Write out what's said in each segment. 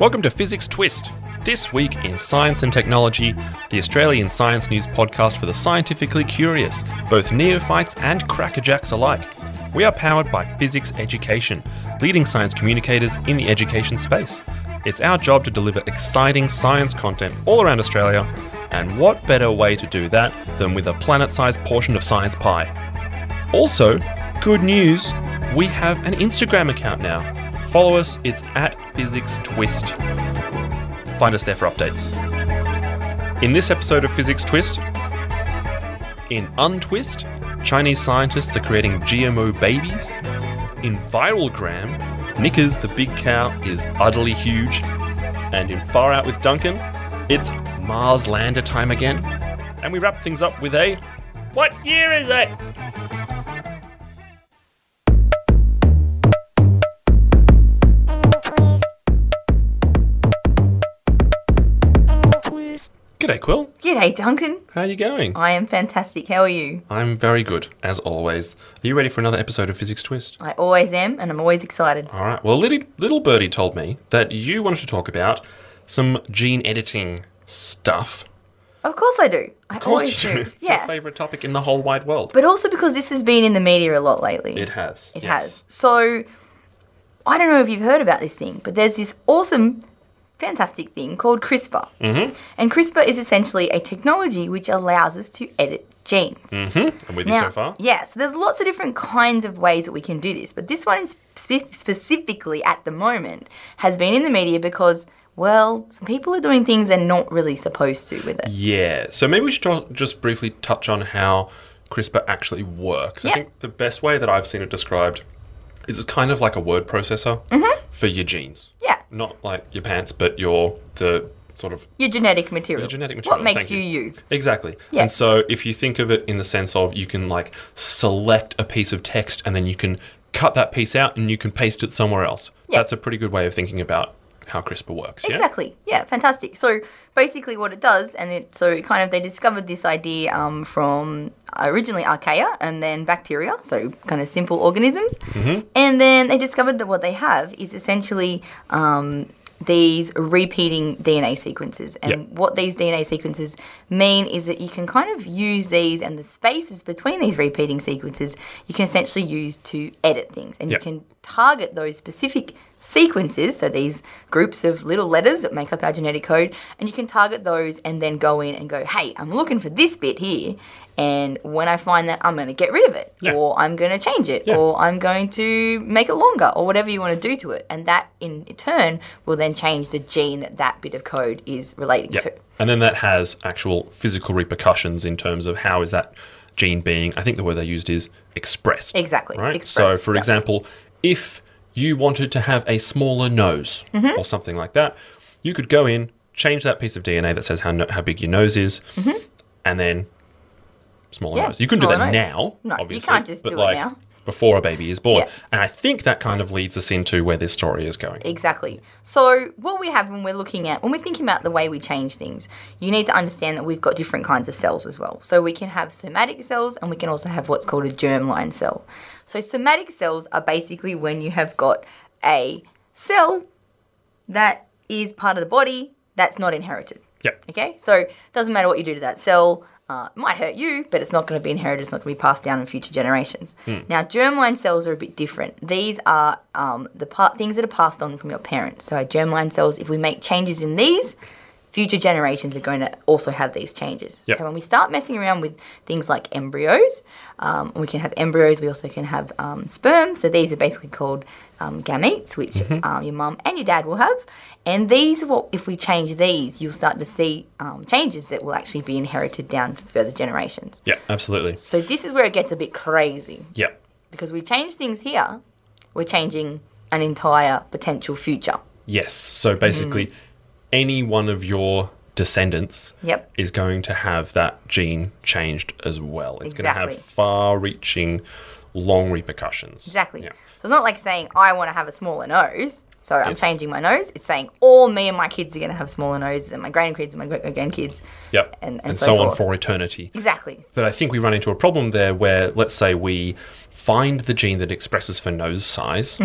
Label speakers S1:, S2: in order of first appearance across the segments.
S1: Welcome to Physics Twist. This week in Science and Technology, the Australian science news podcast for the scientifically curious, both neophytes and crackerjacks alike. We are powered by Physics Education, leading science communicators in the education space. It's our job to deliver exciting science content all around Australia, and what better way to do that than with a planet sized portion of science pie? Also, good news we have an Instagram account now. Follow us, it's at Physics Twist. Find us there for updates. In this episode of Physics Twist, in Untwist, Chinese scientists are creating GMO babies. In Viralgram, Nickers the big cow is utterly huge. And in Far Out with Duncan, it's Mars lander time again. And we wrap things up with a What year is it? G'day, Quill.
S2: G'day, Duncan.
S1: How are you going?
S2: I am fantastic. How are you?
S1: I'm very good, as always. Are you ready for another episode of Physics Twist?
S2: I always am, and I'm always excited.
S1: All right. Well, little, little Birdie told me that you wanted to talk about some gene editing stuff.
S2: Of course I do. I
S1: Of course
S2: always
S1: you do. It's your
S2: Yeah.
S1: favourite topic in the whole wide world.
S2: But also because this has been in the media a lot lately.
S1: it has.
S2: It
S1: yes.
S2: has. So I don't know if you've heard about this thing, but there's this awesome, fantastic thing called CRISPR. Mm-hmm. And CRISPR is essentially a technology which allows us to edit genes.
S1: Hmm? I'm with you
S2: Now,
S1: so far.
S2: Yeah, so there's lots of different kinds of ways that we can do this, but this one is spe- specifically at the moment has been in the media because, well, some people are doing things they're not really supposed to with it.
S1: Yeah. So maybe we should talk, just briefly touch on how CRISPR actually works. I
S2: Yep.
S1: think the best way that I've seen it described is it's kind of like a word processor for your genes.
S2: Mm-hmm. Yeah,
S1: Not like your pants, but your the sort of
S2: your genetic material.
S1: your genetic material.
S2: What makes
S1: Thank
S2: you you?
S1: Exactly.
S2: Yeah.
S1: And so if you think of it in the sense of you can like select a piece of text and then you can cut that piece out and you can paste it somewhere else.
S2: Yeah.
S1: That's a pretty good way of thinking about how CRISPR works. Yeah.
S2: Exactly. Yeah, fantastic. So basically, what it does, and it so it kind of they discovered this idea um, from originally archaea and then bacteria, so kind of simple organisms, and then they discovered that what they have is essentially. Um, these repeating DNA sequences. And
S1: Yep.
S2: what these DNA sequences mean is that you can kind of use these and the spaces between these repeating sequences, you can essentially use to edit things. And
S1: Yep.
S2: you can target those specific sequences, so these groups of little letters that make up our genetic code, and you can target those and then go in and go, hey, I'm looking for this bit here. And when I find that, I'm going to get rid of it,
S1: Yeah.
S2: or I'm going to change it,
S1: Yeah.
S2: or I'm going to make it longer, or whatever you want to do to it. And that in turn will then change the gene that that bit of code is relating
S1: Yeah.
S2: to.
S1: And then that has actual physical repercussions in terms of how is that gene being, I think the word they used is expressed.
S2: Exactly,
S1: Right? so,
S2: expressed,
S1: for
S2: yeah.
S1: example, if you wanted to have a smaller nose
S2: Mm-hmm.
S1: or something like that, you could go in, change that piece of DNA that says how, no- how big your nose is, and then smaller
S2: Mm-hmm. Yeah,
S1: nose. You couldn't do that
S2: smaller nose.
S1: now.
S2: No, you
S1: obviously,
S2: can't just
S1: but
S2: do it
S1: like,
S2: now.
S1: Before a baby is born.
S2: Yeah.
S1: And I think that kind of leads us into where this story is going.
S2: Exactly. So, what we have when we're looking at, when we're thinking about the way we change things, you need to understand that we've got different kinds of cells as well. So, we can have somatic cells and we can also have what's called a germline cell. So, somatic cells are basically when you have got a cell that is part of the body that's not inherited.
S1: Yep.
S2: Okay, so it doesn't matter what you do to that cell. Uh, it might hurt you, but it's not going to be inherited. It's not going to be passed down in future generations.
S1: Hmm.
S2: Now, germline cells are a bit different. These are um, the part things that are passed on from your parents. So, our germline cells, if we make changes in these, future generations are going to also have these changes.
S1: Yep.
S2: So, when we start messing around with things like embryos, um, we can have embryos. We also can have um, sperm. So, these are basically called um, gametes, which
S1: Mm-hmm.
S2: um, your mum and your dad will have. And these, are what if we change these, you'll start to see um, changes that will actually be inherited down for further generations.
S1: Yeah, absolutely.
S2: So this is where it gets a bit crazy
S1: Yeah.
S2: because we change things here, we're changing an entire potential future.
S1: Yes. So basically,
S2: Mm.
S1: any one of your descendants
S2: Yep.
S1: is going to have that gene changed as well. It's going to have
S2: Exactly.
S1: far reaching, long repercussions.
S2: Exactly.
S1: Yeah.
S2: So it's not like saying I want to have a smaller nose, so I'm
S1: Yes.
S2: changing my nose. It's saying all me and my kids are going to have smaller noses, and my grandkids and my great grandkids.
S1: Yep.
S2: And- and so
S1: so, on
S2: forth.
S1: for eternity.
S2: Exactly.
S1: But I think we run into a problem there where, let's say, we find the gene that
S2: Mm-hmm.
S1: expresses for nose size.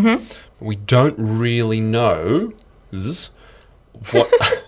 S1: We don't really know what.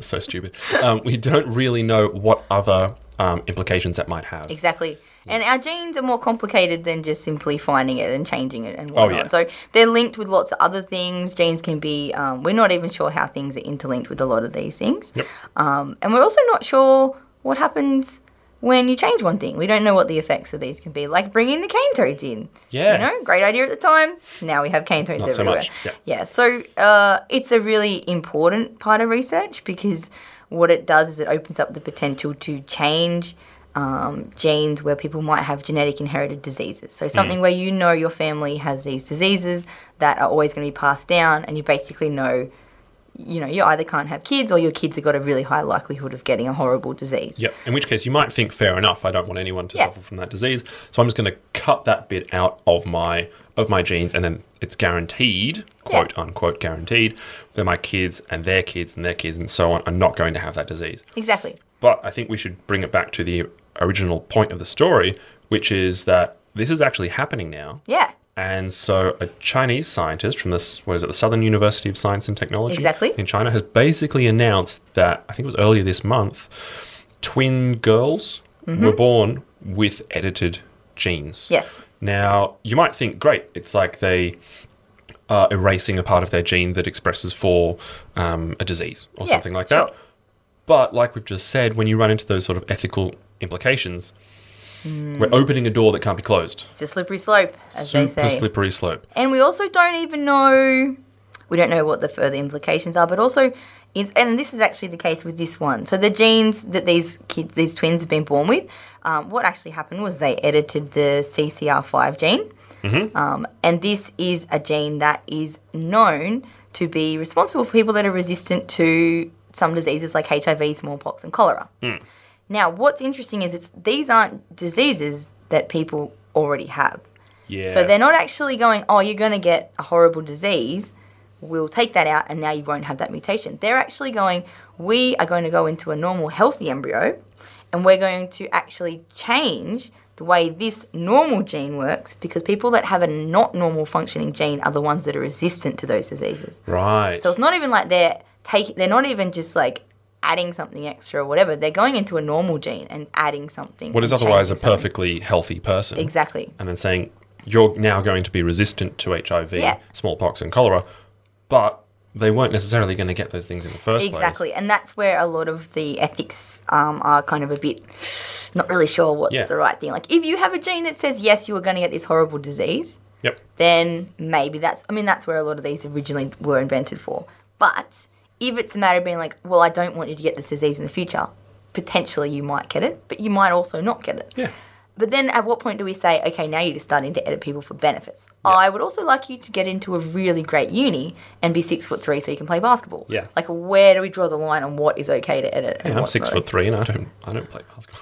S1: so stupid. Um, we don't really know what other um, implications that might have.
S2: Exactly. And our genes are more complicated than just simply finding it and changing it and whatnot.
S1: Oh, yeah.
S2: So they're linked with lots of other things. Genes can be, um, we're not even sure how things are interlinked with a lot of these things.
S1: Yep.
S2: Um, and we're also not sure what happens when you change one thing. We don't know what the effects of these can be, like bringing the cane toads in.
S1: Yeah.
S2: You know, great idea at the time. Now we have cane toads
S1: Not so
S2: everywhere.
S1: much, yeah.
S2: Yeah, so uh, it's a really important part of research because what it does is it opens up the potential to change um, genes where people might have genetic inherited diseases. So something
S1: Mm.
S2: where you know your family has these diseases that are always going to be passed down, and you basically know. You know, you either can't have kids or your kids have got a really high likelihood of getting a horrible disease.
S1: Yep. In which case, you might think, fair enough. I don't want anyone to
S2: Yeah.
S1: suffer from that disease, so I'm just going to cut that bit out of my of my genes, and then it's guaranteed, quote unquote, guaranteed that my kids and their kids and their kids and so on are not going to have that disease.
S2: Exactly.
S1: But I think we should bring it back to the original point of the story, which is that this is actually happening now.
S2: Yeah.
S1: And so, a Chinese scientist from this, what is it, the Southern University of Science and Technology
S2: Exactly.
S1: in China has basically announced that I think it was earlier this month, twin girls were born with edited genes.
S2: Mm-hmm. Yes.
S1: Now, you might think, great, it's like they are erasing a part of their gene that expresses for um, a disease or
S2: Yeah,
S1: something like that.
S2: sure.
S1: But, like we've just said, when you run into those sort of ethical implications,
S2: Mm.
S1: we're opening a door that can't be closed.
S2: It's a slippery slope, as they
S1: Super
S2: say.
S1: slippery slope.
S2: And we also don't even know, we don't know what the further implications are, but also, it's, and this is actually the case with this one. So the genes that these kids, these twins have been born with, um, what actually happened was they edited the CCR5 gene. Um, and this is a gene that is known to be responsible for people that are resistant to some diseases like HIV, smallpox, and cholera. Now, what's interesting is it's these aren't diseases that people already have.
S1: Yeah.
S2: So they're not actually going, oh, you're going to get a horrible disease. We'll take that out and now you won't have that mutation. They're actually going, we are going to go into a normal, healthy embryo and we're going to actually change the way this normal gene works because people that have a not normal functioning gene are the ones that are resistant to those diseases.
S1: Right.
S2: So it's not even like they're taking, they're not even just like adding something extra or whatever. They're going into a normal gene and adding something.
S1: what is
S2: and
S1: otherwise a
S2: changing something.
S1: perfectly healthy person.
S2: Exactly.
S1: And then saying, you're now going to be resistant to HIV,
S2: Yeah.
S1: smallpox, and cholera, but they weren't necessarily going to get those things in the first place.
S2: Exactly, and that's where a lot of the ethics um, are kind of a bit not really sure what's
S1: Yeah.
S2: the right thing. Like, if you have a gene that says yes, you are going to get this horrible disease,
S1: Yep.
S2: then maybe that's. I mean, that's where a lot of these originally were invented for. But if it's a matter of being like, well, I don't want you to get this disease in the future, potentially you might get it, but you might also not get it.
S1: Yeah.
S2: But then at what point do we say, okay, now you're just starting to edit people for benefits? I would also like you to get into a really great uni and be six foot three so you can play basketball.
S1: Yeah.
S2: Like, where do we draw the line on what is okay to edit? And
S1: Yeah, I'm
S2: what's
S1: six
S2: not?
S1: foot three, and I don't, I don't play basketball.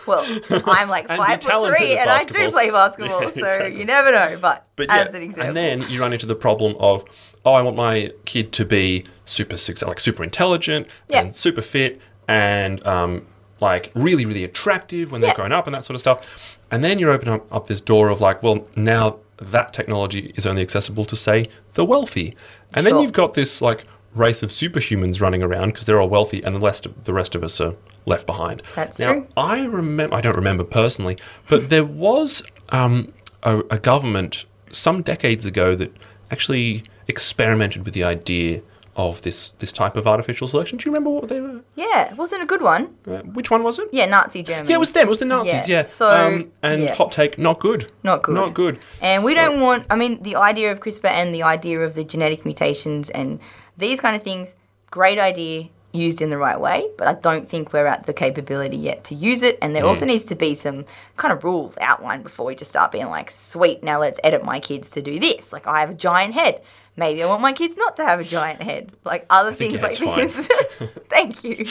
S2: Well, I'm like
S1: And be
S2: five foot
S1: talented
S2: three
S1: at
S2: and I do
S1: basketball.
S2: play basketball,
S1: Yeah,
S2: so
S1: exactly.
S2: you never know. But,
S1: But
S2: as
S1: yeah,
S2: an example,
S1: and then you run into the problem of, oh, I want my kid to be super success, like super intelligent
S2: Yeah.
S1: and super fit and um, like really, really attractive when they're
S2: Yeah.
S1: grown up and that sort of stuff. And then you're opening up, up this door of like, well, now that technology is only accessible to say the wealthy, and then
S2: Sure.
S1: you've got this like race of superhumans running around because they're all wealthy and the rest of the rest of us are left behind.
S2: That's
S1: Now,
S2: true.
S1: I remember. I don't remember personally, but there was um, a, a government some decades ago that actually experimented with the idea of this this type of artificial selection. Do you remember what they were?
S2: yeah, wasn't a good one.
S1: Uh, which one was it?
S2: Yeah, Nazi Germany.
S1: Yeah, it was them. It was the Nazis.
S2: Yeah,
S1: Yeah. Um,
S2: so,
S1: and
S2: yeah.
S1: hot take, not good.
S2: Not good.
S1: Not good.
S2: And
S1: So-
S2: we don't want, I mean, the idea of CRISPR and the idea of the genetic mutations and these kind of things, great idea used in the right way, but I don't think we're at the capability yet to use it. And there also needs to be some kind of rules outlined before we just start being like, sweet, now let's edit my kids to do this. Like, I have a giant head. Maybe I want my kids not to have a giant head. Like, other
S1: think
S2: things like
S1: that's
S2: this. Thank you.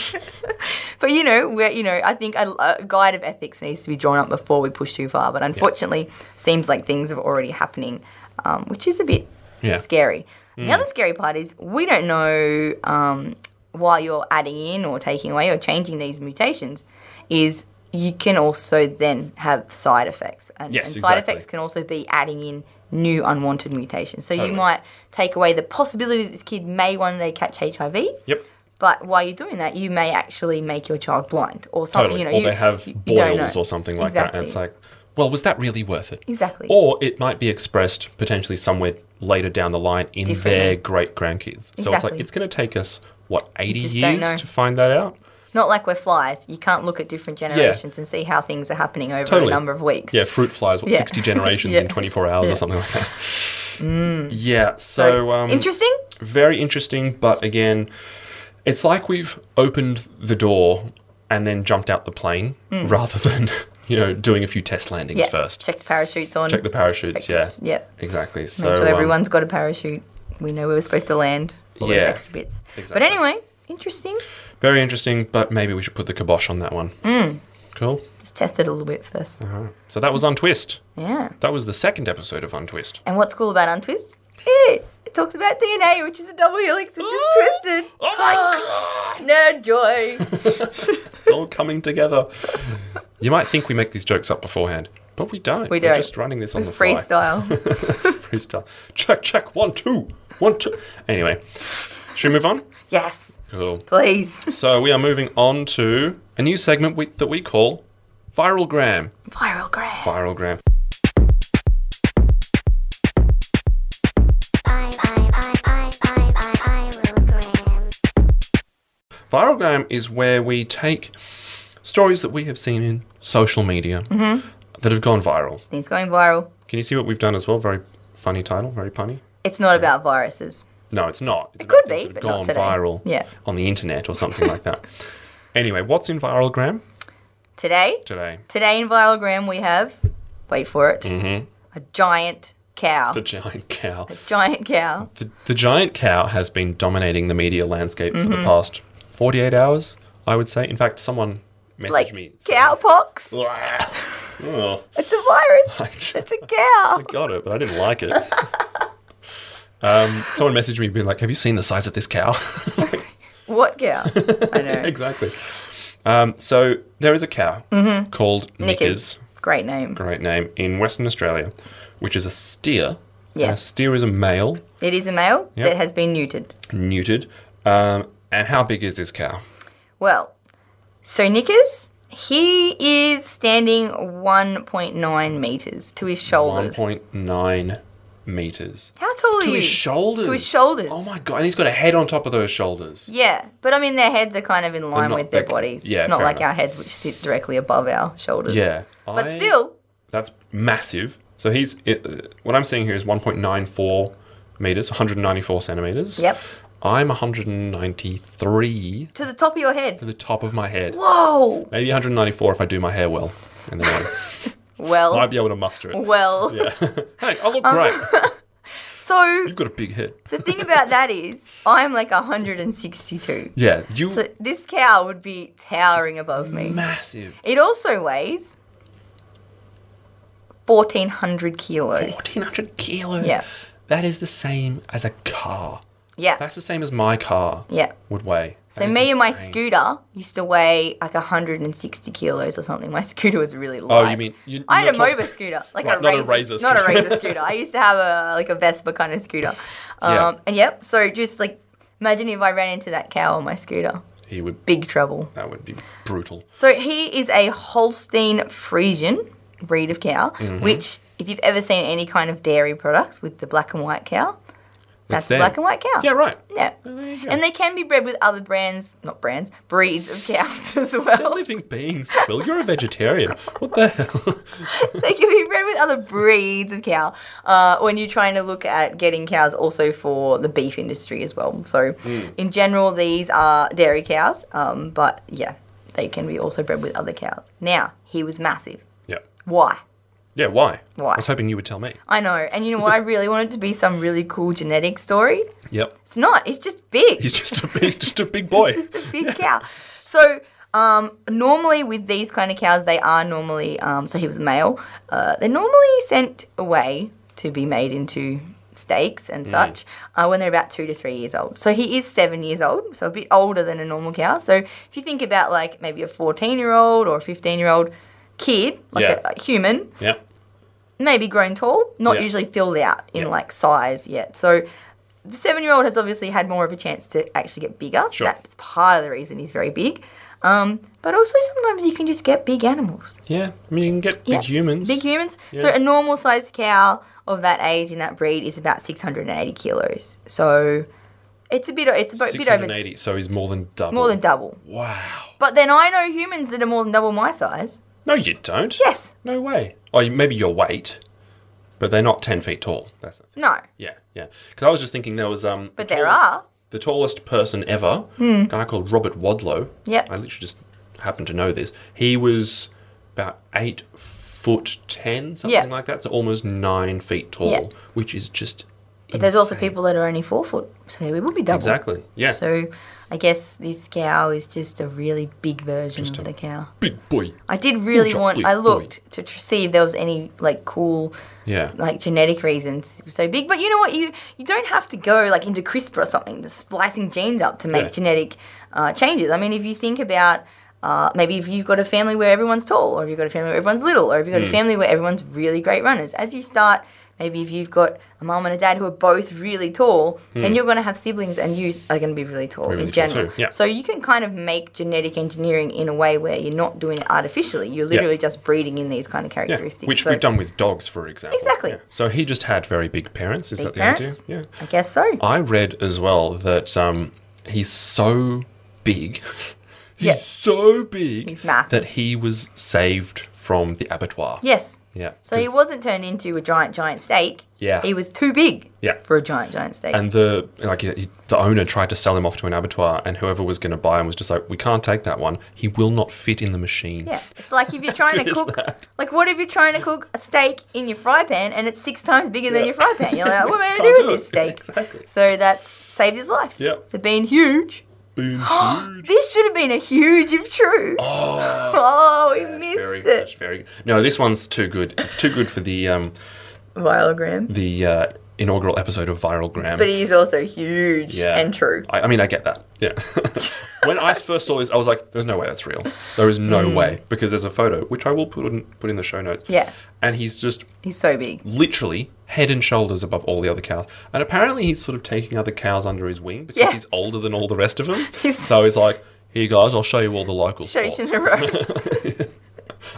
S2: but you know, we're, you know, I think a, a guide of ethics needs to be drawn up before we push too far. But unfortunately, seems like things are already happening, um, which is a bit
S1: Yeah. Mm.
S2: scary. The other scary part is we don't know um, why you're adding in or taking away or changing these mutations. Is you can also then have side effects. And,
S1: Yes,
S2: and side
S1: exactly.
S2: effects can also be adding in new unwanted mutations. So you
S1: Totally.
S2: might take away the possibility that this kid may one day catch HIV.
S1: Yep.
S2: But while you're doing that, you may actually make your child blind or something.
S1: Totally.
S2: You know,
S1: or
S2: you-
S1: they have
S2: you don't
S1: boils
S2: know.
S1: or something like that. And it's
S2: Exactly.
S1: like, well, was that really worth it?
S2: Exactly.
S1: Or it might be expressed potentially somewhere later down the line in their
S2: Differently.
S1: great grandkids. So it's like,
S2: Exactly.
S1: it's going to take us, what, 80
S2: just don't
S1: years
S2: know.
S1: to find that out?
S2: It's not like we're flies. You can't look at different generations and see how things are happening over
S1: Totally.
S2: a number of weeks.
S1: Yeah, fruit flies, what,
S2: Yeah.
S1: 60 generations
S2: Yeah.
S1: in 24 hours
S2: Yeah. Mm.
S1: or something like that. Yeah, so.
S2: So,
S1: Um,
S2: interesting.
S1: very interesting, but again, it's like we've opened the door and then jumped out the plane rather than, you know, doing a few test landings
S2: Mm. Yeah.
S1: first.
S2: Check the parachutes on.
S1: Check the parachutes, yeah.
S2: Practice, yep.
S1: Exactly. So
S2: Make sure
S1: um,
S2: everyone's got a parachute. We know where we're supposed to land. All
S1: Yeah.
S2: those extra bits. But
S1: Exactly.
S2: anyway, interesting.
S1: very interesting, but maybe we should put the kibosh on that one.
S2: Hmm.
S1: Cool.
S2: Just test it a little bit first.
S1: Alright. So that was Untwist.
S2: Yeah.
S1: That was the second episode of Untwist.
S2: And what's cool about Untwist? Eh, it talks about DNA, which is a double helix, which is twisted. Ah,
S1: Oh my god!
S2: Nerd joy.
S1: It's all coming together. You might think we make these jokes up beforehand, but we don't.
S2: We
S1: We're
S2: don't.
S1: just running this on the fly.
S2: Freestyle.
S1: freestyle. Check, check. One, two. One, two. Anyway, should we move on?
S2: yes,
S1: Cool.
S2: please.
S1: So we are moving on to a new segment we, that we call Viral Gram.
S2: Viral graph.
S1: Viral Gram.
S3: I I I I I I Pyrogram.
S1: Viral Gram is where we take stories that we have seen in social media
S2: Mm-hmm.
S1: that have gone viral.
S2: Things going viral.
S1: Can you see what we've done as well? Very funny title, very punny.
S2: It's not about viruses.
S1: No, it's not. It's it
S2: could be, but
S1: gone
S2: not today.
S1: viral
S2: Yeah.
S1: on the internet or something like that. Anyway, what's in Viral Gram
S2: Today,
S1: today?
S2: today in Viralgram we have, wait for it, a giant cow.
S1: Mm-hmm. The giant cow.
S2: a giant cow.
S1: The, the giant cow has been dominating the media landscape for
S2: Mm-hmm.
S1: the past 48 hours, I would say. In fact, someone messaged
S2: Like
S1: me.
S2: cowpox.
S1: Blah. oh,
S2: It's a virus.
S1: I
S2: It's a cow.
S1: got it, but I didn't like it. um, someone messaged me being like, Have you seen the size of this cow?
S2: What cow? I know.
S1: exactly. Um, so there is a cow called Knickers,
S2: Mm-hmm. Knickers. Great name.
S1: great name, in Western Australia, which is a steer. And A
S2: Yes.
S1: steer is a male,
S2: It is a male
S1: Yep.
S2: that has been neutered.
S1: neutered. Um, and how big is this cow?
S2: Well, so Nickers, he is standing 1.9 meters to his shoulders.
S1: 1.9 meters.
S2: How tall
S1: To
S2: are you?
S1: his shoulders.
S2: To his shoulders.
S1: Oh my god! And he's got a head on top of those shoulders.
S2: Yeah, but I mean their heads are kind of in line
S1: not-
S2: with their
S1: they-
S2: bodies.
S1: yeah,
S2: it's not
S1: fair
S2: like
S1: enough.
S2: our heads which sit directly above our shoulders.
S1: Yeah.
S2: But
S1: I-
S2: still,
S1: that's massive. So he's it, uh, what I'm seeing here is 1.94 meters, 194 centimeters.
S2: Yep.
S1: I'm 193
S2: to the top of your
S1: to
S2: head.
S1: the top of my head.
S2: Whoa!
S1: Maybe 194 if I do my hair well. And then I might
S2: Well,
S1: be able to muster it.
S2: well.
S1: Yeah. hey, I look
S2: Um,
S1: great.
S2: So
S1: You've got a big head.
S2: the thing about that is, I'm like 162.
S1: Yeah, you
S2: So this cow would be towering above me.
S1: massive.
S2: It also weighs 1,400 kilos.
S1: 1400 kilos.
S2: Yeah.
S1: That is the same as a car.
S2: Yeah.
S1: That's the same as my car
S2: Yeah.
S1: would weigh.
S2: So
S1: That is
S2: me and my
S1: insane.
S2: scooter used to weigh like 160 kilos or something. My scooter was really
S1: Oh,
S2: light.
S1: you mean you,
S2: I had
S1: you're
S2: a
S1: talk-
S2: MOBA scooter, like
S1: Right,
S2: a,
S1: not a
S2: razor,
S1: Razor
S2: not a
S1: scooter.
S2: razor scooter. I used to have a like a Vespa kind of scooter. Um,
S1: Yeah.
S2: And yep, so just like imagine if I ran into that cow on my scooter,
S1: He would.
S2: big trouble.
S1: That would be brutal.
S2: So he is a Holstein Friesian breed of cow, which if you've ever seen any kind of dairy products with the black and white cow, that's the
S1: them.
S2: black and white cow.
S1: Yeah, right.
S2: Yeah.
S1: there you go.
S2: And they can be bred with other brands, not brands, breeds of cows as
S1: They're
S2: well.
S1: living beings, Will. You're a vegetarian. What the hell?
S2: they can be bred with other breeds of cow uh, when you're trying to look at getting cows also for the beef industry as well. So, in general, these are dairy cows, um, but yeah, they can be also bred with other cows. Now, he was massive.
S1: yeah.
S2: Why?
S1: Yeah, why?
S2: Why?
S1: I was hoping you would tell me.
S2: I know. And you know what? I really want it to be some really cool genetic story.
S1: Yep.
S2: It's not, it's just big.
S1: He's just a, he's just a big boy.
S2: It's just a big cow. So um, normally with these kind of cows, they are normally um, so he was male. Uh, they're normally sent away to be made into steaks
S1: Mm.
S2: and such uh, when they're about two to three years old. So he is seven years old, so a bit older than a normal cow. So if you think about like maybe a 14 year old or a 15 year old kid, like
S1: Yeah.
S2: a, a human,
S1: Yeah.
S2: maybe grown tall, not
S1: Yeah.
S2: usually filled out in
S1: Yeah.
S2: like size yet. So the seven year old has obviously had more of a chance to actually get bigger. So
S1: Sure.
S2: that's part of the reason he's very big. Um, but also sometimes you can just get big animals.
S1: Yeah. I mean, you can get
S2: Yeah.
S1: big humans.
S2: Big humans. So
S1: Yeah.
S2: a normal sized cow of that age in that breed is about 680 kilos. So it's a bit, it's a bit over,
S1: 680, so he's more than double.
S2: more than double.
S1: Wow.
S2: But then I know humans that are more than double my size.
S1: No, you don't.
S2: Yes.
S1: No way. Oh, you- maybe your weight, but they're not 10 feet tall. That's the thing.
S2: No.
S1: Yeah, yeah. Because I was just thinking there was. um.
S2: But
S1: the
S2: there
S1: tallest-
S2: are. Hmm.
S1: The tallest person ever, a guy called Robert Wadlow.
S2: Yep.
S1: I literally just happened to know this. He was about eight foot ten, something
S2: Yeah.
S1: like that. So almost nine feet tall,
S2: Yeah.
S1: which is just.
S2: But there's also
S1: insane.
S2: people that are only four foot. So we would be double.
S1: Exactly. Yeah.
S2: So I guess this cow is just a really big version
S1: Just
S2: of
S1: a-
S2: the cow.
S1: Big boy.
S2: I did really
S1: Good
S2: want.
S1: boy,
S2: I
S1: boy.
S2: looked to tr- see if there was any like cool,
S1: Yeah.
S2: like genetic reasons it was so big. But you know what? You you don't have to go like into CRISPR or something, the splicing genes up to make
S1: Yeah.
S2: genetic uh, changes. I mean, if you think about. Uh, maybe if you've got a family where everyone's tall, or if you've got a family where everyone's little, or if you've
S1: Hmm.
S2: got a family where everyone's really great runners. As you start, maybe if you've got a mum and a dad who are both really tall, then you're going to have siblings and you are going to be really tall
S1: Hmm. Really
S2: in
S1: tall
S2: general.
S1: too, yeah.
S2: So you can kind of make genetic engineering in a way where you're not doing it artificially. You're literally just breeding in these kind of
S1: Yeah,
S2: characteristics.
S1: which
S2: So
S1: we've done with dogs, for example.
S2: Exactly.
S1: Yeah. So he just had very big parents. Is
S2: Big
S1: that the
S2: parents?
S1: idea? Yeah.
S2: I guess so.
S1: I read as well that um, he's so big. he's
S2: Yeah.
S1: so big.
S2: He's massive.
S1: That he was saved from the abattoir.
S2: yes.
S1: Yeah.
S2: So he wasn't turned into a giant, giant steak.
S1: Yeah.
S2: He was too big
S1: Yeah.
S2: for a giant, giant steak.
S1: And the like, he- the owner tried to sell him off to an abattoir, and whoever was going to buy him was just like, "We can't take that one. He will not fit in the machine."
S2: yeah. It's like if you're trying to
S1: is
S2: cook, like what if you're trying to cook a steak in your fry pan and it's six times bigger than
S1: Yeah.
S2: your fry pan? You're like, what am I
S1: Can't
S2: going to do
S1: do
S2: with this
S1: it.
S2: steak?
S1: Exactly.
S2: So that saved his life.
S1: Yeah.
S2: So being huge.
S1: Boom.
S2: This should have been a huge if true.
S1: oh.
S2: Oh, we
S1: that's
S2: missed
S1: very,
S2: it.
S1: that's very. No, this one's too good. It's too good for the um
S2: Vilogram.
S1: the uh, inaugural episode of Viral Gram.
S2: But he's also huge and true.
S1: I, I mean, I get that. Yeah. when I first saw this, I was like, "There's no way that's real. There is no way." Because there's a photo, which I will put in, put in the show notes.
S2: Mm. Yeah.
S1: And he's just
S2: He's so big.
S1: literally head and shoulders above all the other cows. And apparently, he's sort of taking other cows under his wing because
S2: Yeah.
S1: he's older than all the rest of them.
S2: He's-
S1: so he's like, "Here, guys, I'll show you all the local
S2: Show you
S1: spots.
S2: the ropes.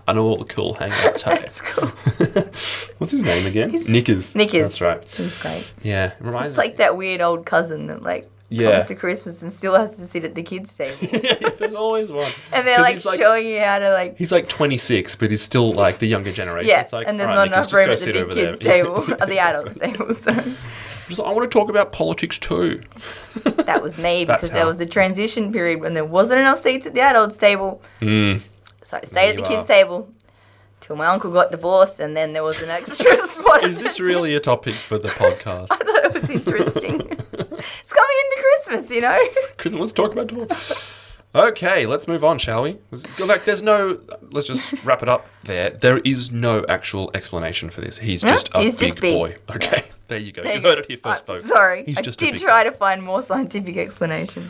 S1: I know all the cool hangouts." Hey.
S2: That's cool.
S1: What's his name again? Nickers.
S2: Knickers.
S1: That's right.
S2: He's great.
S1: Yeah. It reminds
S2: It's like that weird old cousin that like
S1: Yeah.
S2: comes to Christmas and still has to sit at the kids' table.
S1: There's always one.
S2: And they're
S1: 'Cause
S2: like,
S1: he's like
S2: showing you how to like
S1: He's like 26, but he's still like the younger generation.
S2: yeah,
S1: It's like,
S2: and there's
S1: "All
S2: not
S1: right,
S2: enough room
S1: Nicholas,
S2: at
S1: just
S2: the
S1: go
S2: big
S1: sit over
S2: kids'
S1: there."
S2: table, or the adults' table. Sorry,
S1: Just, I want to talk about politics too.
S2: that was me
S1: That's
S2: because
S1: how-
S2: there was a transition period when there wasn't enough seats at the adults' table.
S1: Hmm.
S2: So I stayed at
S1: you
S2: the kids'
S1: are.
S2: table till my uncle got divorced, and then there was an extra spot.
S1: Is this really a topic for the podcast?
S2: I thought it was interesting. it's coming into Christmas, you know.
S1: Chris, let's talk about divorce. Okay, let's move on, shall we? Was- Like, there's no. Let's just wrap it up there. There is no actual explanation for this. He's just a
S2: He's
S1: big,
S2: just big.
S1: boy. Okay, there you go.
S2: There
S1: you
S2: you go.
S1: heard it here first,
S2: I'm
S1: folks.
S2: Uh, Sorry,
S1: He's
S2: I
S1: just a
S2: did
S1: big
S2: try
S1: boy.
S2: to find more scientific explanation.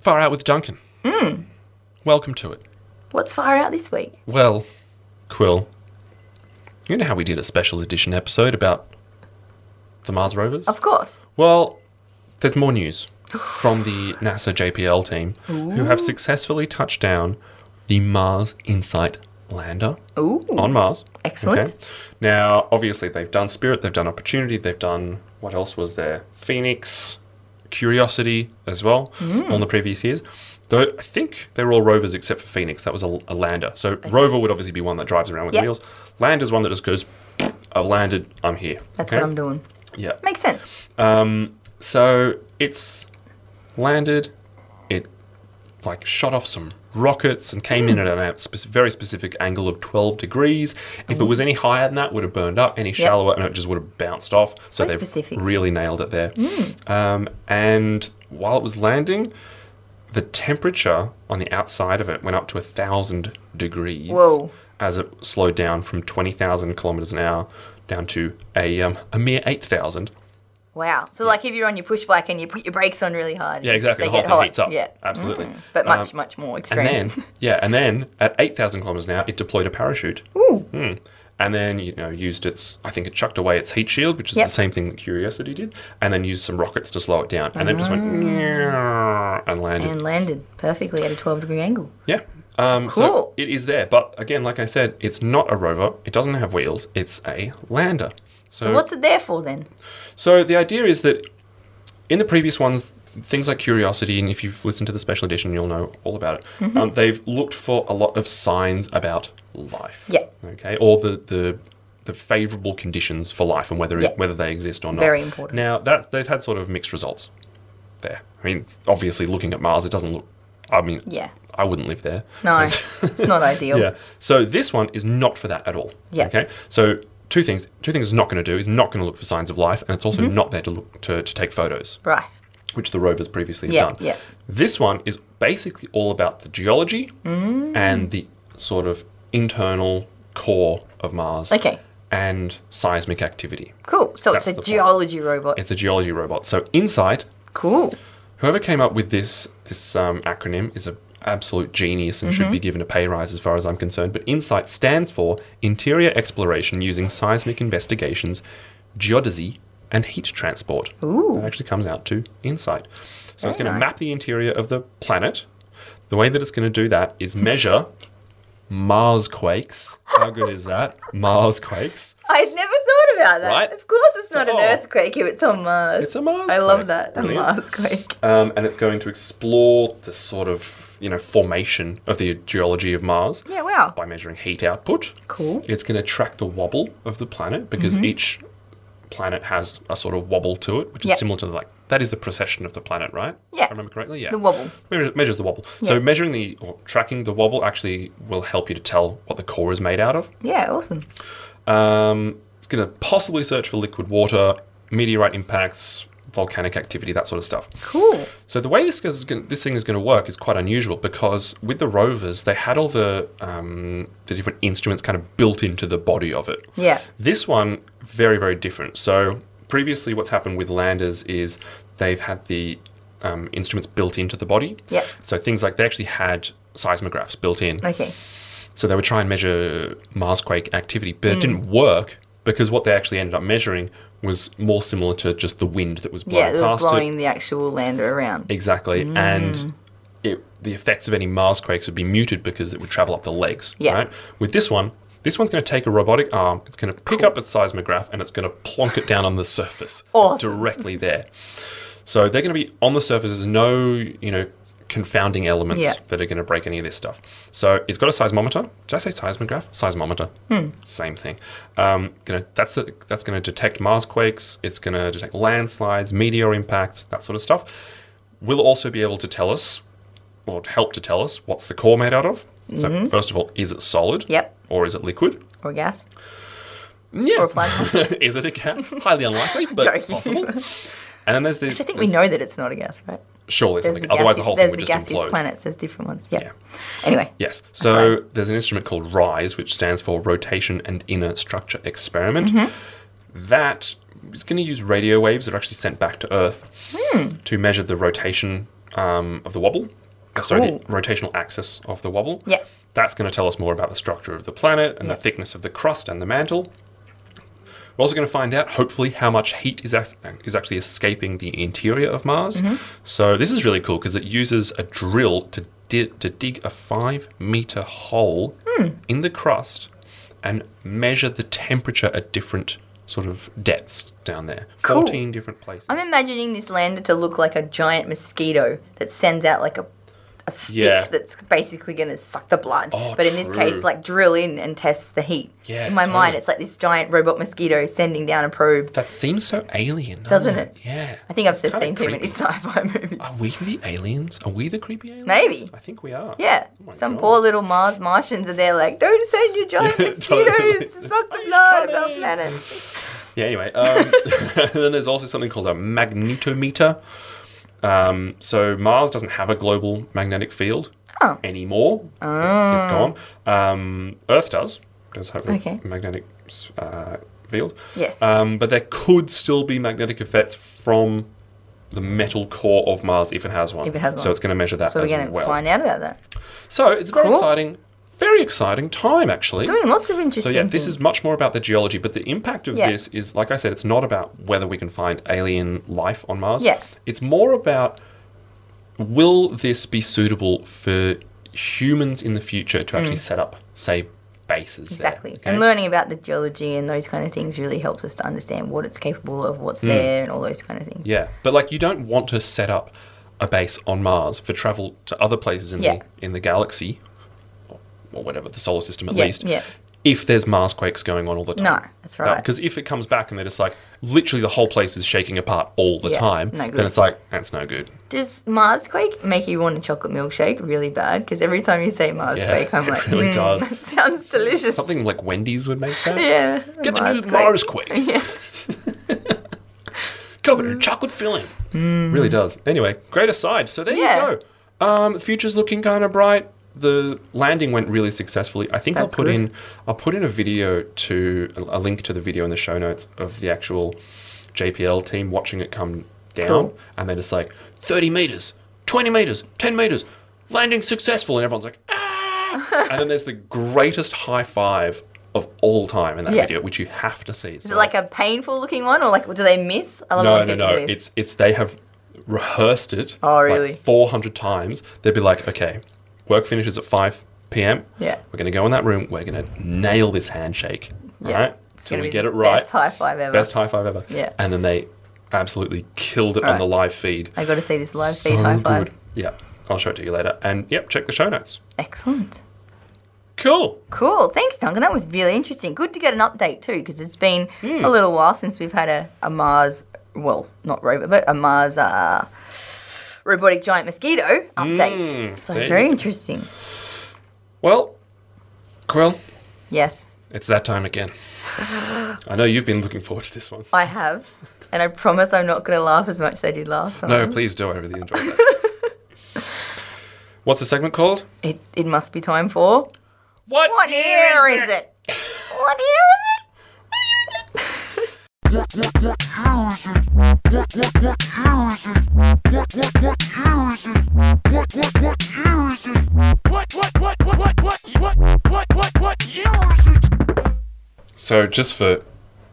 S1: Far out with Duncan.
S2: Hmm.
S1: Welcome to it.
S2: What's far out this week?
S1: Well, Quill, you know how we did a special edition episode about the Mars rovers?
S2: Of course,
S1: Well, there's more news from the NASA JPL team who have successfully touched down the Mars Insight lander
S2: Ooh.
S1: on Mars.
S2: Excellent.
S1: Now, obviously, they've done Spirit, they've done Opportunity, they've done what else was there? Phoenix, Curiosity as well
S2: Mm.
S1: on the previous years. Though I think they were all rovers except for Phoenix. That was a, a lander. So rover would obviously be one that drives around with
S2: Yep.
S1: wheels. Lander's one that just goes, I've landed, I'm here.
S2: that's
S1: Okay?
S2: what I'm doing.
S1: Yeah.
S2: Makes sense.
S1: Um, so it's landed. It like shot off some rockets and came in at a spec- very specific angle of 12 degrees. If it was any higher than that, would have burned up. Any shallower, and it just would have bounced off. So
S2: Very
S1: they
S2: specific. Hmm.
S1: really nailed it there. Um, and while it was landing, the temperature on the outside of it went up to a thousand degrees.
S2: Whoa.
S1: as it slowed down from 20,000 kilometers an hour down to a, um, a mere 8,000.
S2: Wow. So, like, if you're on your push bike and you put your brakes on really hard,
S1: Yeah, exactly.
S2: They
S1: the whole
S2: get
S1: thing
S2: hot.
S1: heats up.
S2: Yeah, Mm.
S1: Absolutely.
S2: but
S1: Um,
S2: much, much more extreme.
S1: and then, yeah, and then at 8,000 kilometers an hour, it deployed a parachute.
S2: Ooh.
S1: Hmm. And then, you know, used its, I think it chucked away its heat shield, which is
S2: Yep.
S1: the same thing that Curiosity did, and then used some rockets to slow it down. And then it just went and landed.
S2: Oh. and landed perfectly at a 12 degree angle.
S1: Yeah. Um, So
S2: Cool.
S1: it is there, but again, like I said, it's not a rover. It doesn't have wheels. It's a lander. So
S2: So what's it there for then?
S1: so the idea is that in the previous ones, things like Curiosity, and if you've listened to the special edition, you'll know all about it.
S2: Mm-hmm.
S1: Um, they've looked for a lot of signs about life.
S2: Yeah.
S1: Okay. Or the the the favourable conditions for life and whether
S2: Yeah.
S1: whether they exist or not.
S2: Very important.
S1: Now that they've had sort of mixed results there. I mean, obviously, looking at Mars, it doesn't look. I mean,
S2: Yeah.
S1: I wouldn't live there.
S2: No, it's not ideal.
S1: Yeah. So this one is not for that at all.
S2: Yeah.
S1: Okay. So two things. Two things it's not going to do is not going to look for signs of life, and it's
S2: Mm-hmm.
S1: also not there to look to, to take photos,
S2: Right.
S1: which the rover's previously
S2: Yeah,
S1: done.
S2: yeah.
S1: This one is basically all about the geology
S2: Mm.
S1: and the sort of internal core of Mars.
S2: Okay.
S1: And seismic activity.
S2: Cool. So
S1: That's
S2: it's a
S1: the point.
S2: geology robot.
S1: It's a geology robot. So InSight
S2: cool.
S1: Whoever came up with this this um, acronym is an absolute genius and
S2: Mm-hmm.
S1: should be given a pay rise, as far as I'm concerned. But InSight stands for Interior Exploration Using Seismic Investigations, Geodesy, and Heat Transport.
S2: Ooh.
S1: That actually comes out to InSight. So it's
S2: Very
S1: going to
S2: nice.
S1: map the interior of the planet. The way that it's going to do that is measure Mars quakes. How good is that? Mars quakes.
S2: I'd never thought about that.
S1: Right?
S2: Of course, it's not
S1: Oh.
S2: an earthquake if it's on Mars.
S1: It's a Mars
S2: I
S1: quake.
S2: love that.
S1: Brilliant.
S2: A Mars quake.
S1: um, and it's going to explore the sort of you know formation of the geology of Mars.
S2: Yeah, wow.
S1: By measuring heat output,
S2: Cool.
S1: it's going to track the wobble of the planet because
S2: Mm-hmm.
S1: each planet has a sort of wobble to it, which is
S2: Yep.
S1: similar to like that is the precession of the planet, right?
S2: Yeah.
S1: If I remember correctly. Yeah,
S2: The wobble.
S1: Measures, measures the wobble. So
S2: Yeah.
S1: measuring the or tracking the wobble actually will help you to tell what the core is made out of.
S2: Yeah, awesome.
S1: Um, it's going to possibly search for liquid water, meteorite impacts, volcanic activity, that sort of stuff.
S2: Cool.
S1: So the way this is gonna, this thing is going to work is quite unusual because with the rovers they had all the um, the different instruments kind of built into the body of it.
S2: Yeah.
S1: This one very very different. So previously, what's happened with landers is they've had the um, instruments built into the body.
S2: Yep.
S1: So things like they actually had seismographs built in.
S2: Okay.
S1: So they would try and measure Marsquake activity, but
S2: Mm.
S1: it didn't work because what they actually ended up measuring was more similar to just the wind that was blowing
S2: Yeah, it was
S1: past it.
S2: blowing the actual lander around.
S1: Exactly,
S2: Mm.
S1: and it, the effects of any Mars quakes would be muted because it would travel up the legs.
S2: Yeah.
S1: Right. With this one, this one's going to take a robotic arm. It's going to pick up its seismograph and it's going to plonk it down on the surface
S2: Awesome.
S1: directly there. So they're going to be on the surface. There's no, you know, confounding elements
S2: Yeah.
S1: that are going to break any of this stuff. So it's got a seismometer. Did I say seismograph? Seismometer.
S2: Hmm.
S1: Same thing. Um, gonna, that's a, that's going to detect Mars quakes. It's going to detect landslides, meteor impacts, that sort of stuff. Will also be able to tell us, or help to tell us, what's the core made out of. So first of all, is it solid?
S2: Mm-hmm. Yep.
S1: Or is it liquid?
S2: Or gas.
S1: Yeah.
S2: Or plasma.
S1: is it a gas? Highly unlikely, but
S2: Joking.
S1: possible. And then there's this.
S2: Which I think we know that it's not a gas, right?
S1: Surely,
S2: There's
S1: something.
S2: the
S1: Otherwise,
S2: gaseous,
S1: the whole
S2: there's
S1: thing would
S2: the
S1: just
S2: gaseous
S1: implode.
S2: planets. There's different ones. Yeah.
S1: Yeah.
S2: Anyway.
S1: Yes.
S2: That's
S1: So there's an instrument called RISE, which stands for Rotation and Inner Structure Experiment.
S2: Mm-hmm.
S1: That is going to use radio waves that are actually sent back to Earth
S2: Hmm.
S1: to measure the rotation um, of the wobble. uh, Sorry, the rotational axis of the wobble.
S2: Yeah.
S1: That's going to tell us more about the structure of the planet and
S2: Yeah.
S1: the thickness of the crust and the mantle. We're also going to find out, hopefully, how much heat is, act- is actually escaping the interior of Mars.
S2: Mm-hmm.
S1: So this is really cool because it uses a drill to di- to dig a five meter hole
S2: Hmm.
S1: in the crust and measure the temperature at different sort of depths down there.
S2: Cool.
S1: Fourteen different places.
S2: I'm imagining this lander to look like a giant mosquito that sends out like a, a stick
S1: Yeah.
S2: that's basically going to suck the blood.
S1: Oh,
S2: but in this
S1: true.
S2: case, like drill in and test the heat.
S1: Yeah,
S2: in my mind,
S1: totally.
S2: it's like this giant robot mosquito sending down a probe.
S1: that seems so alien,
S2: Doesn't it?
S1: Yeah.
S2: I think I've just
S1: Kinda
S2: seen too many
S1: creepy.
S2: sci-fi movies.
S1: Are we the aliens? Are we the creepy aliens?
S2: Maybe.
S1: I think we are.
S2: Yeah,
S1: Oh my
S2: some
S1: God.
S2: poor little Mars Martians are there like, don't send your giant
S1: Yeah,
S2: mosquitoes
S1: totally.
S2: to suck the
S1: I'm
S2: blood of our
S1: coming."
S2: planet.
S1: Yeah, anyway. Um, and then there's also something called a magnetometer. Um, so Mars doesn't have a global magnetic field.
S2: Oh.
S1: anymore. It's gone. Um, Earth does because hopefully
S2: Ah. Okay.
S1: magnetic uh, field.
S2: Yes.
S1: Um, but there could still be magnetic effects from the metal core of Mars if it has one.
S2: If it has
S1: So
S2: one.
S1: it's going to measure that
S2: So we're
S1: as
S2: going to
S1: well.
S2: find out about that.
S1: So it's a very
S2: Cool.
S1: exciting, very exciting time actually.
S2: Doing lots of interesting
S1: So yeah, this
S2: things.
S1: is much more about the geology, but the impact of
S2: Yeah.
S1: this is, like I said, it's not about whether we can find alien life on Mars.
S2: Yeah.
S1: It's more about will this be suitable for humans in the future to actually set up, say, bases there,
S2: Mm. Exactly.
S1: okay?
S2: And learning about the geology and those kind of things really helps us to understand what it's capable of, what's
S1: Hmm.
S2: there, and all those kind of things.
S1: Yeah, but like you don't want to set up a base on Mars for travel to other places in
S2: Yeah.
S1: the in the galaxy, or, or whatever the solar system at
S2: Yeah,
S1: least.
S2: yeah.
S1: If there's Mars quakes going on all the time.
S2: No, that's right.
S1: Because if it comes back and they're just like literally the whole place is shaking apart all the
S2: Yeah,
S1: time,
S2: no good.
S1: then it's like that's no good.
S2: Does Marsquake make you want a chocolate milkshake really bad? Because every time you say Marsquake, I'm
S1: it
S2: like,
S1: really
S2: "Mm,
S1: does."
S2: that sounds delicious.
S1: Something like Wendy's would make that.
S2: Yeah.
S1: Get the new Mars
S2: Marsquake.
S1: quake.
S2: Yeah. Mm.
S1: covered in chocolate filling. Really does. Anyway, great aside. So there
S2: Yeah.
S1: you go. Um, the future's looking kind of bright. The landing went really successfully. I think
S2: That's
S1: I'll put
S2: good.
S1: in I'll put in a video to a link to the video in the show notes of the actual JPL team watching it come down,
S2: Cool.
S1: and they're just like thirty meters, twenty meters, ten meters, landing successful, and everyone's like, ah! and then there's the greatest high five of all time in that
S2: Yeah.
S1: video, which you have to see.
S2: Is it like a painful looking one or like, do they miss? I love
S1: No,
S2: when
S1: no,
S2: people
S1: no.
S2: miss.
S1: It's it's they have rehearsed it.
S2: Oh, really?
S1: Four hundred times. They'd be like, okay, work finishes at five p.m.
S2: Yeah.
S1: we're gonna go in that room. We're gonna nail this handshake.
S2: Yeah.
S1: All right,
S2: It's
S1: till
S2: gonna
S1: we
S2: be
S1: get
S2: the
S1: it right.
S2: Best high five ever.
S1: Best high five ever.
S2: Yeah.
S1: and then they absolutely killed it on
S2: Alright.
S1: the live feed.
S2: I got to see this live
S1: So
S2: feed high five.
S1: good. Yeah, I'll show it to you later. And yep, check the show notes.
S2: Excellent.
S1: Cool.
S2: Cool. Thanks, Duncan. That was really interesting. Good to get an update too, because it's been
S1: Hmm.
S2: a little while since we've had a, a Mars, well, not robot, but a Mars uh, robotic giant mosquito update.
S1: Mm,
S2: so
S1: there you
S2: very
S1: go.
S2: interesting.
S1: Well, Quill,
S2: Yes,
S1: it's that time again. I know you've been looking forward to this one.
S2: I have, and I promise I'm not going to laugh as much as I did last time.
S1: No, please do. I really enjoyed that. What's the segment called?
S2: It, it must be time for. What year is it? What year
S4: What, what, what, what, what, what, what, what, what, what year is it?
S1: So, just for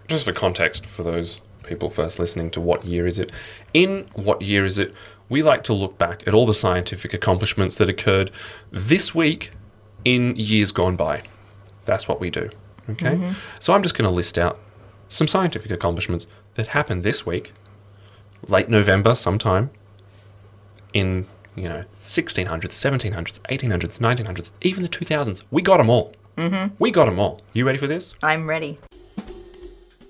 S1: just for context for those people first listening to what year is it? In what year is it? We like to look back at all the scientific accomplishments that occurred this week in years gone by. That's what we do. Okay? So, I'm just going to list out some scientific accomplishments that happened this week, late November sometime in, you know, 1600s, 1700s, 1800s, 1900s, even the 2000s. We got them all. We got them all. You ready for this?
S2: is it? I'm ready.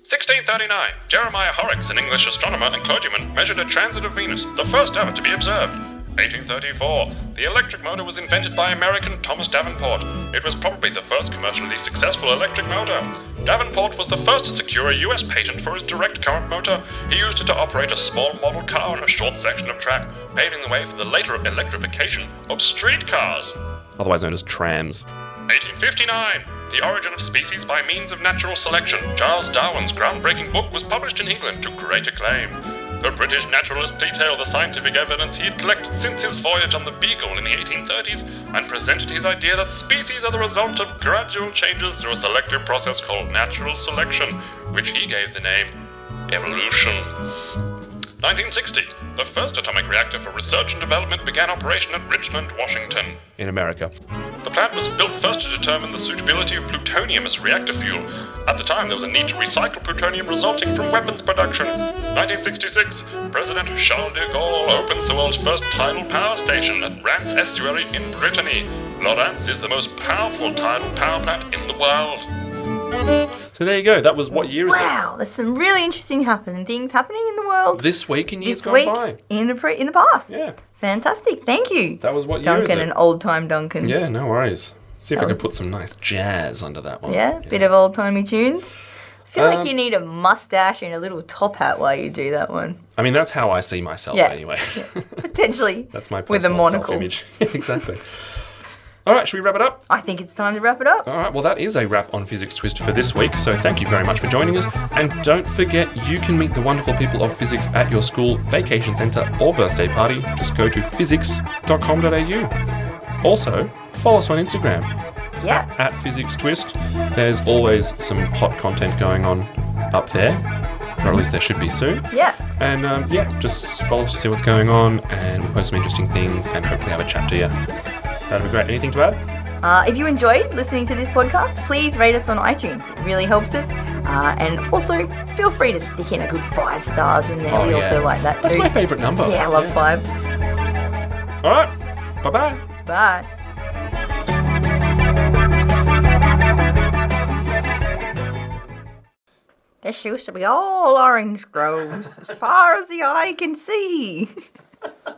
S1: 1639, Jeremiah Horrocks, an English astronomer and clergyman, measured a transit of Venus, the first ever to be observed. 1834, the electric motor was invented by American Thomas Davenport. It was probably the first commercially successful electric motor. Davenport was the first to secure a US patent for his direct current motor. He used it to operate a small model car on a short section of track, paving the way for the later electrification of streetcars otherwise known as trams. 1859 The Origin of Species by Means of Natural Selection. Charles Darwin's groundbreaking book was published in England to great acclaim. The British naturalist detailed the scientific evidence he had collected since his voyage on the Beagle in the 1830s and presented his idea that species are the result of gradual changes through a selective process called natural selection, which he gave the name evolution. 1960, the first atomic reactor for research and development began operation at Richland, Washington. In America. The plant was built first to determine the suitability of plutonium as reactor fuel. At the time, there was a need to recycle plutonium resulting from weapons production. 1966, President Charles de Gaulle opens the world's first tidal power station at Rance Estuary in Brittany. Lorance is the most powerful tidal power plant in the world. So there you go. That was what year is
S2: Wow, there's some really interesting happen- things happening in the world.
S1: This week in years
S2: this
S1: gone
S2: week
S1: by.
S2: in the pre- in the past.
S1: Yeah.
S2: Fantastic. Thank you.
S1: That was what year
S2: Duncan,
S1: is it?
S2: an old time Duncan.
S1: Yeah, no worries. See if
S2: That
S1: I
S2: was-
S1: could put some nice jazz under that one.
S2: Yeah, bit of old timey tunes. I feel
S1: Um,
S2: like you need a mustache and a little top hat while you do that one.
S1: I mean, that's how I see myself
S2: Yeah.
S1: anyway.
S2: Potentially.
S1: that's my
S2: with a
S1: personal
S2: monocle.
S1: self-image. exactly. All right, should we wrap it up?
S2: I think it's time to wrap it up.
S1: All right, well, that is a wrap on Physics Twist for this week, so thank you very much for joining us. And don't forget, you can meet the wonderful people of physics at your school, vacation centre, or birthday party. Just go to physics.com.au. Also, follow us on Instagram
S2: Yeah.
S1: at Physics Twist. There's always some hot content going on up there, or at least there should be soon.
S2: Yeah.
S1: And um, yeah, just follow us to see what's going on, and we'll post some interesting things and hopefully have a chat to you. That'd be great. Anything to add?
S2: Uh, if you enjoyed listening to this podcast, please rate us on iTunes. It really helps us. Uh, and also, feel free to stick in a good five stars in there.
S1: Oh,
S2: we
S1: yeah.
S2: also like that
S1: That's
S2: too.
S1: my favourite number.
S2: yeah, I love five.
S1: All right. Bye bye.
S2: Bye. This used to be all orange groves, as far as the eye can see.